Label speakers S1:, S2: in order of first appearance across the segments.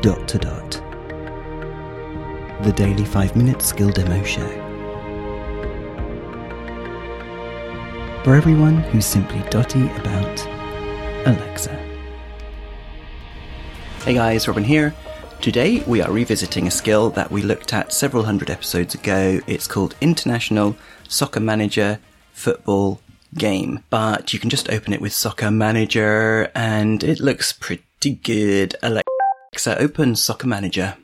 S1: dot to dot. The Daily 5 Minute Skill Demo Show. For everyone who's simply dotty about Alexa. Hey guys, Robin here. Today we are revisiting a skill that we looked at several hundred episodes ago. It's called International Soccer Manager Football Game, but you can just open it with Soccer Manager and it looks pretty good. Alexa, open Soccer Manager.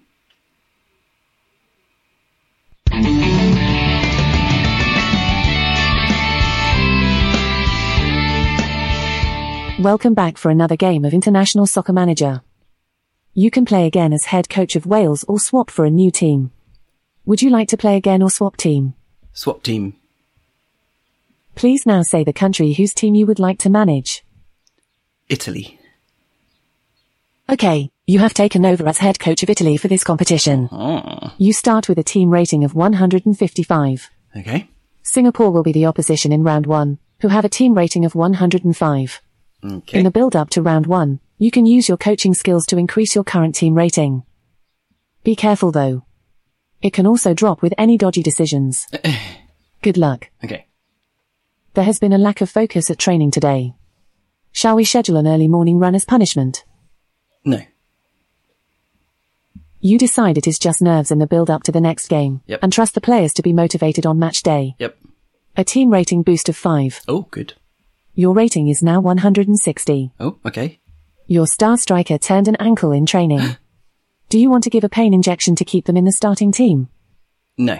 S2: Welcome back for another game of International Soccer Manager. You can play again as head coach of Wales or swap for a new team. Would you like to play again or swap team?
S1: Swap team.
S2: Please now say the country whose team you would like to manage.
S1: Italy.
S2: Okay, you have taken over as head coach of Italy for this competition.
S1: Ah,
S2: You start with a team rating of 155.
S1: okay.
S2: Singapore will be the opposition in round 1, who have a team rating of 105.
S1: Okay.
S2: In the build up to round one, you can use your coaching skills to increase your current team rating. Be careful though. It can also drop with any dodgy decisions. Good luck.
S1: okay.
S2: There has been a lack of focus at training today. Shall we schedule an early morning run as punishment?
S1: No.
S2: You decide it is just nerves in the build up to the next game
S1: Yep.
S2: and trust the players to be motivated on match day.
S1: Yep.
S2: A team rating boost of 5.
S1: Oh, good.
S2: Your rating is now 160.
S1: Oh, okay.
S2: Your star striker turned an ankle in training. Do you want to give a pain injection to keep them in the starting team?
S1: No.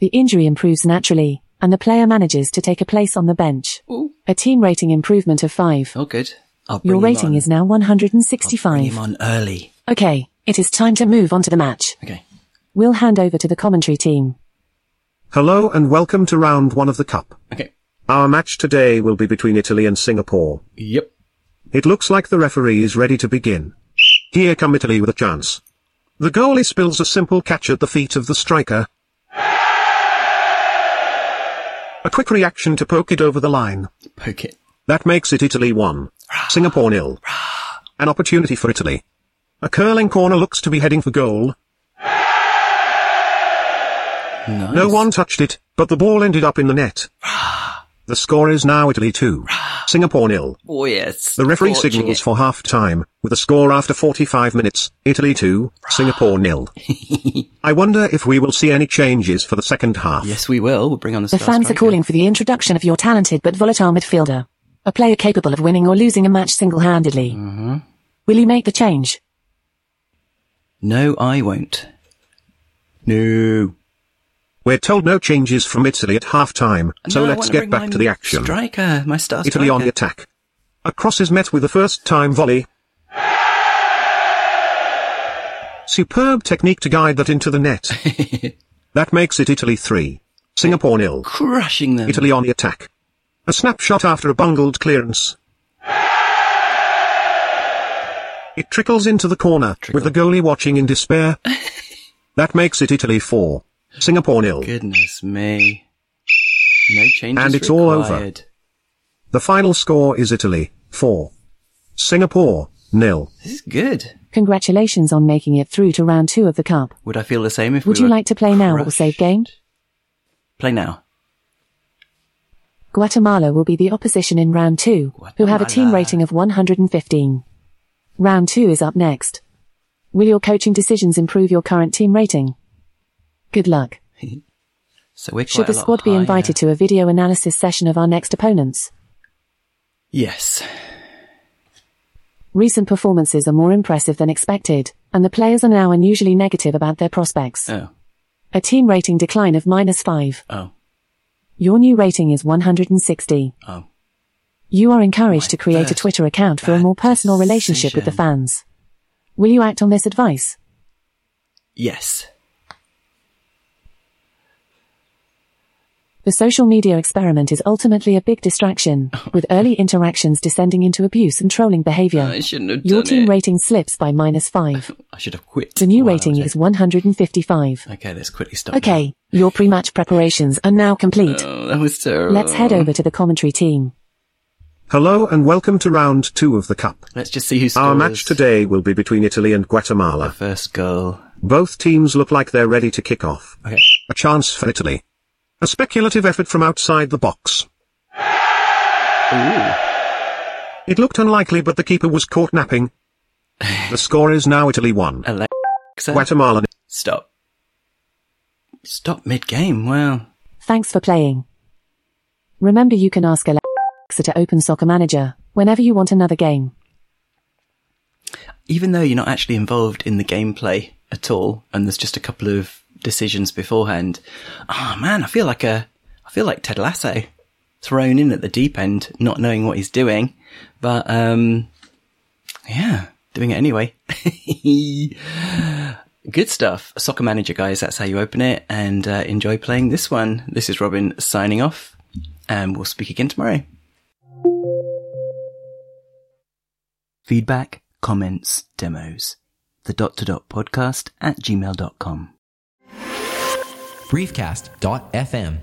S2: The injury improves naturally, and the player manages to take a place on the bench.
S1: Oh,
S2: A team rating improvement of 5.
S1: oh good. I'll bring
S2: Your
S1: him
S2: rating
S1: on.
S2: is now
S1: I'll bring him
S2: 165.
S1: on early.
S2: Okay, it is time to move on to the match.
S1: Okay.
S2: We'll hand over to the commentary team.
S3: Hello and welcome to round one of the cup.
S1: Okay.
S3: Our match today will be between Italy and Singapore.
S1: Yep.
S3: It looks like the referee is ready to begin. Here come Italy with a chance. The goalie spills a simple catch at the feet of the striker. A quick reaction to poke it over the line.
S1: Poke it.
S3: That makes it Italy 1. Singapore nil. An opportunity for Italy. A curling corner looks to be heading for goal.
S1: Nice.
S3: No one touched it, but the ball ended up in the net. The score is now Italy 2. Singapore nil.
S1: Oh yes.
S3: The referee
S1: Torching
S3: signals
S1: it.
S3: for half time, with a score after 45 minutes, Italy 2, Singapore nil. I wonder if we will see any changes for the second half.
S1: Yes, we will. We'll bring on the.
S2: The
S1: star
S2: fans are
S1: striker.
S2: calling for the introduction of your talented but volatile midfielder. A player capable of winning or losing a match single-handedly.
S1: Mm-hmm.
S2: Will you make the change?
S1: No, I won't. No.
S3: We're told no changes from Italy at half time, so
S1: No, I
S3: let's
S1: wanna
S3: get
S1: bring
S3: back
S1: my
S3: to the action.
S1: Striker, my star
S3: Italy on the
S1: striker.
S3: attack. A cross is met with a first time volley. Superb technique to guide that into the net. that makes it Italy 3. Singapore nil.
S1: Crushing them.
S3: Italy on the attack. A snapshot after a bungled clearance. It trickles into the corner,
S1: Trickle.
S3: with the goalie watching in despair. that makes it Italy 4. Singapore nil.
S1: Goodness me. No changes
S3: And it's all over.
S1: required.
S3: The final score is Italy 4. Singapore nil.
S1: This is good.
S2: Congratulations on making it through to round two of the cup.
S1: Would I feel the same if
S2: Would
S1: we
S2: you
S1: were
S2: like to play now or
S1: crushed?
S2: save game?
S1: Play now.
S2: Guatemala will be the opposition in round two, who have a team
S1: Guatemala.
S2: rating of 115. Round two is up next. Will your coaching decisions improve your current team rating? Good luck.
S1: So we're
S2: Should
S1: quite
S2: the
S1: a lot
S2: squad be
S1: higher.
S2: invited to a video analysis session of our next opponents?
S1: Yes.
S2: Recent performances are more impressive than expected, and the players are now unusually negative about their prospects.
S1: Oh.
S2: A team rating decline of minus five.
S1: Oh.
S2: Your new rating is 160.
S1: Oh.
S2: You are encouraged
S1: My
S2: to create a
S1: first
S2: Twitter account for a
S1: bad
S2: more personal relationship with the
S1: decision.
S2: fans. Will you act on this advice?
S1: Yes.
S2: The social media experiment is ultimately a big distraction, with early interactions descending into abuse and trolling behavior.
S1: I shouldn't have
S2: Your
S1: done
S2: team
S1: it.
S2: rating slips by minus five.
S1: I should have quit.
S2: The new
S1: while I
S2: rating
S1: was
S2: is 155.
S1: there. Okay, let's quickly stop. now.
S2: Okay, your pre-match preparations are now complete.
S1: Oh, that was terrible.
S2: Let's head over to the commentary team.
S3: Hello and welcome to round two of the cup.
S1: Let's just see who scores.
S3: Our match today will be between Italy and Guatemala.
S1: First goal.
S3: Both teams look like they're ready to kick off.
S1: Okay.
S3: A chance for Italy. A speculative effort from outside the box.
S1: Ooh.
S3: It looked unlikely but the keeper was caught napping. The score is now Italy 1.
S1: Alexa.
S3: Guatemala.
S1: Stop. Stop mid game. Wow.
S2: Thanks for playing. Remember you can ask Alexa to open Soccer Manager whenever you want another game.
S1: Even though you're not actually involved in the gameplay at all, and there's just a couple of decisions beforehand, ah man, I feel like a, I feel like Ted Lasso, thrown in at the deep end, not knowing what he's doing, but um, yeah, doing it anyway. Good stuff, Soccer Manager, guys. That's how you open it, and uh, enjoy playing this one. This is Robin signing off, and we'll speak again tomorrow. Feedback, comments, demos. The dot to dot podcast at gmail.com.
S4: briefcast.fm.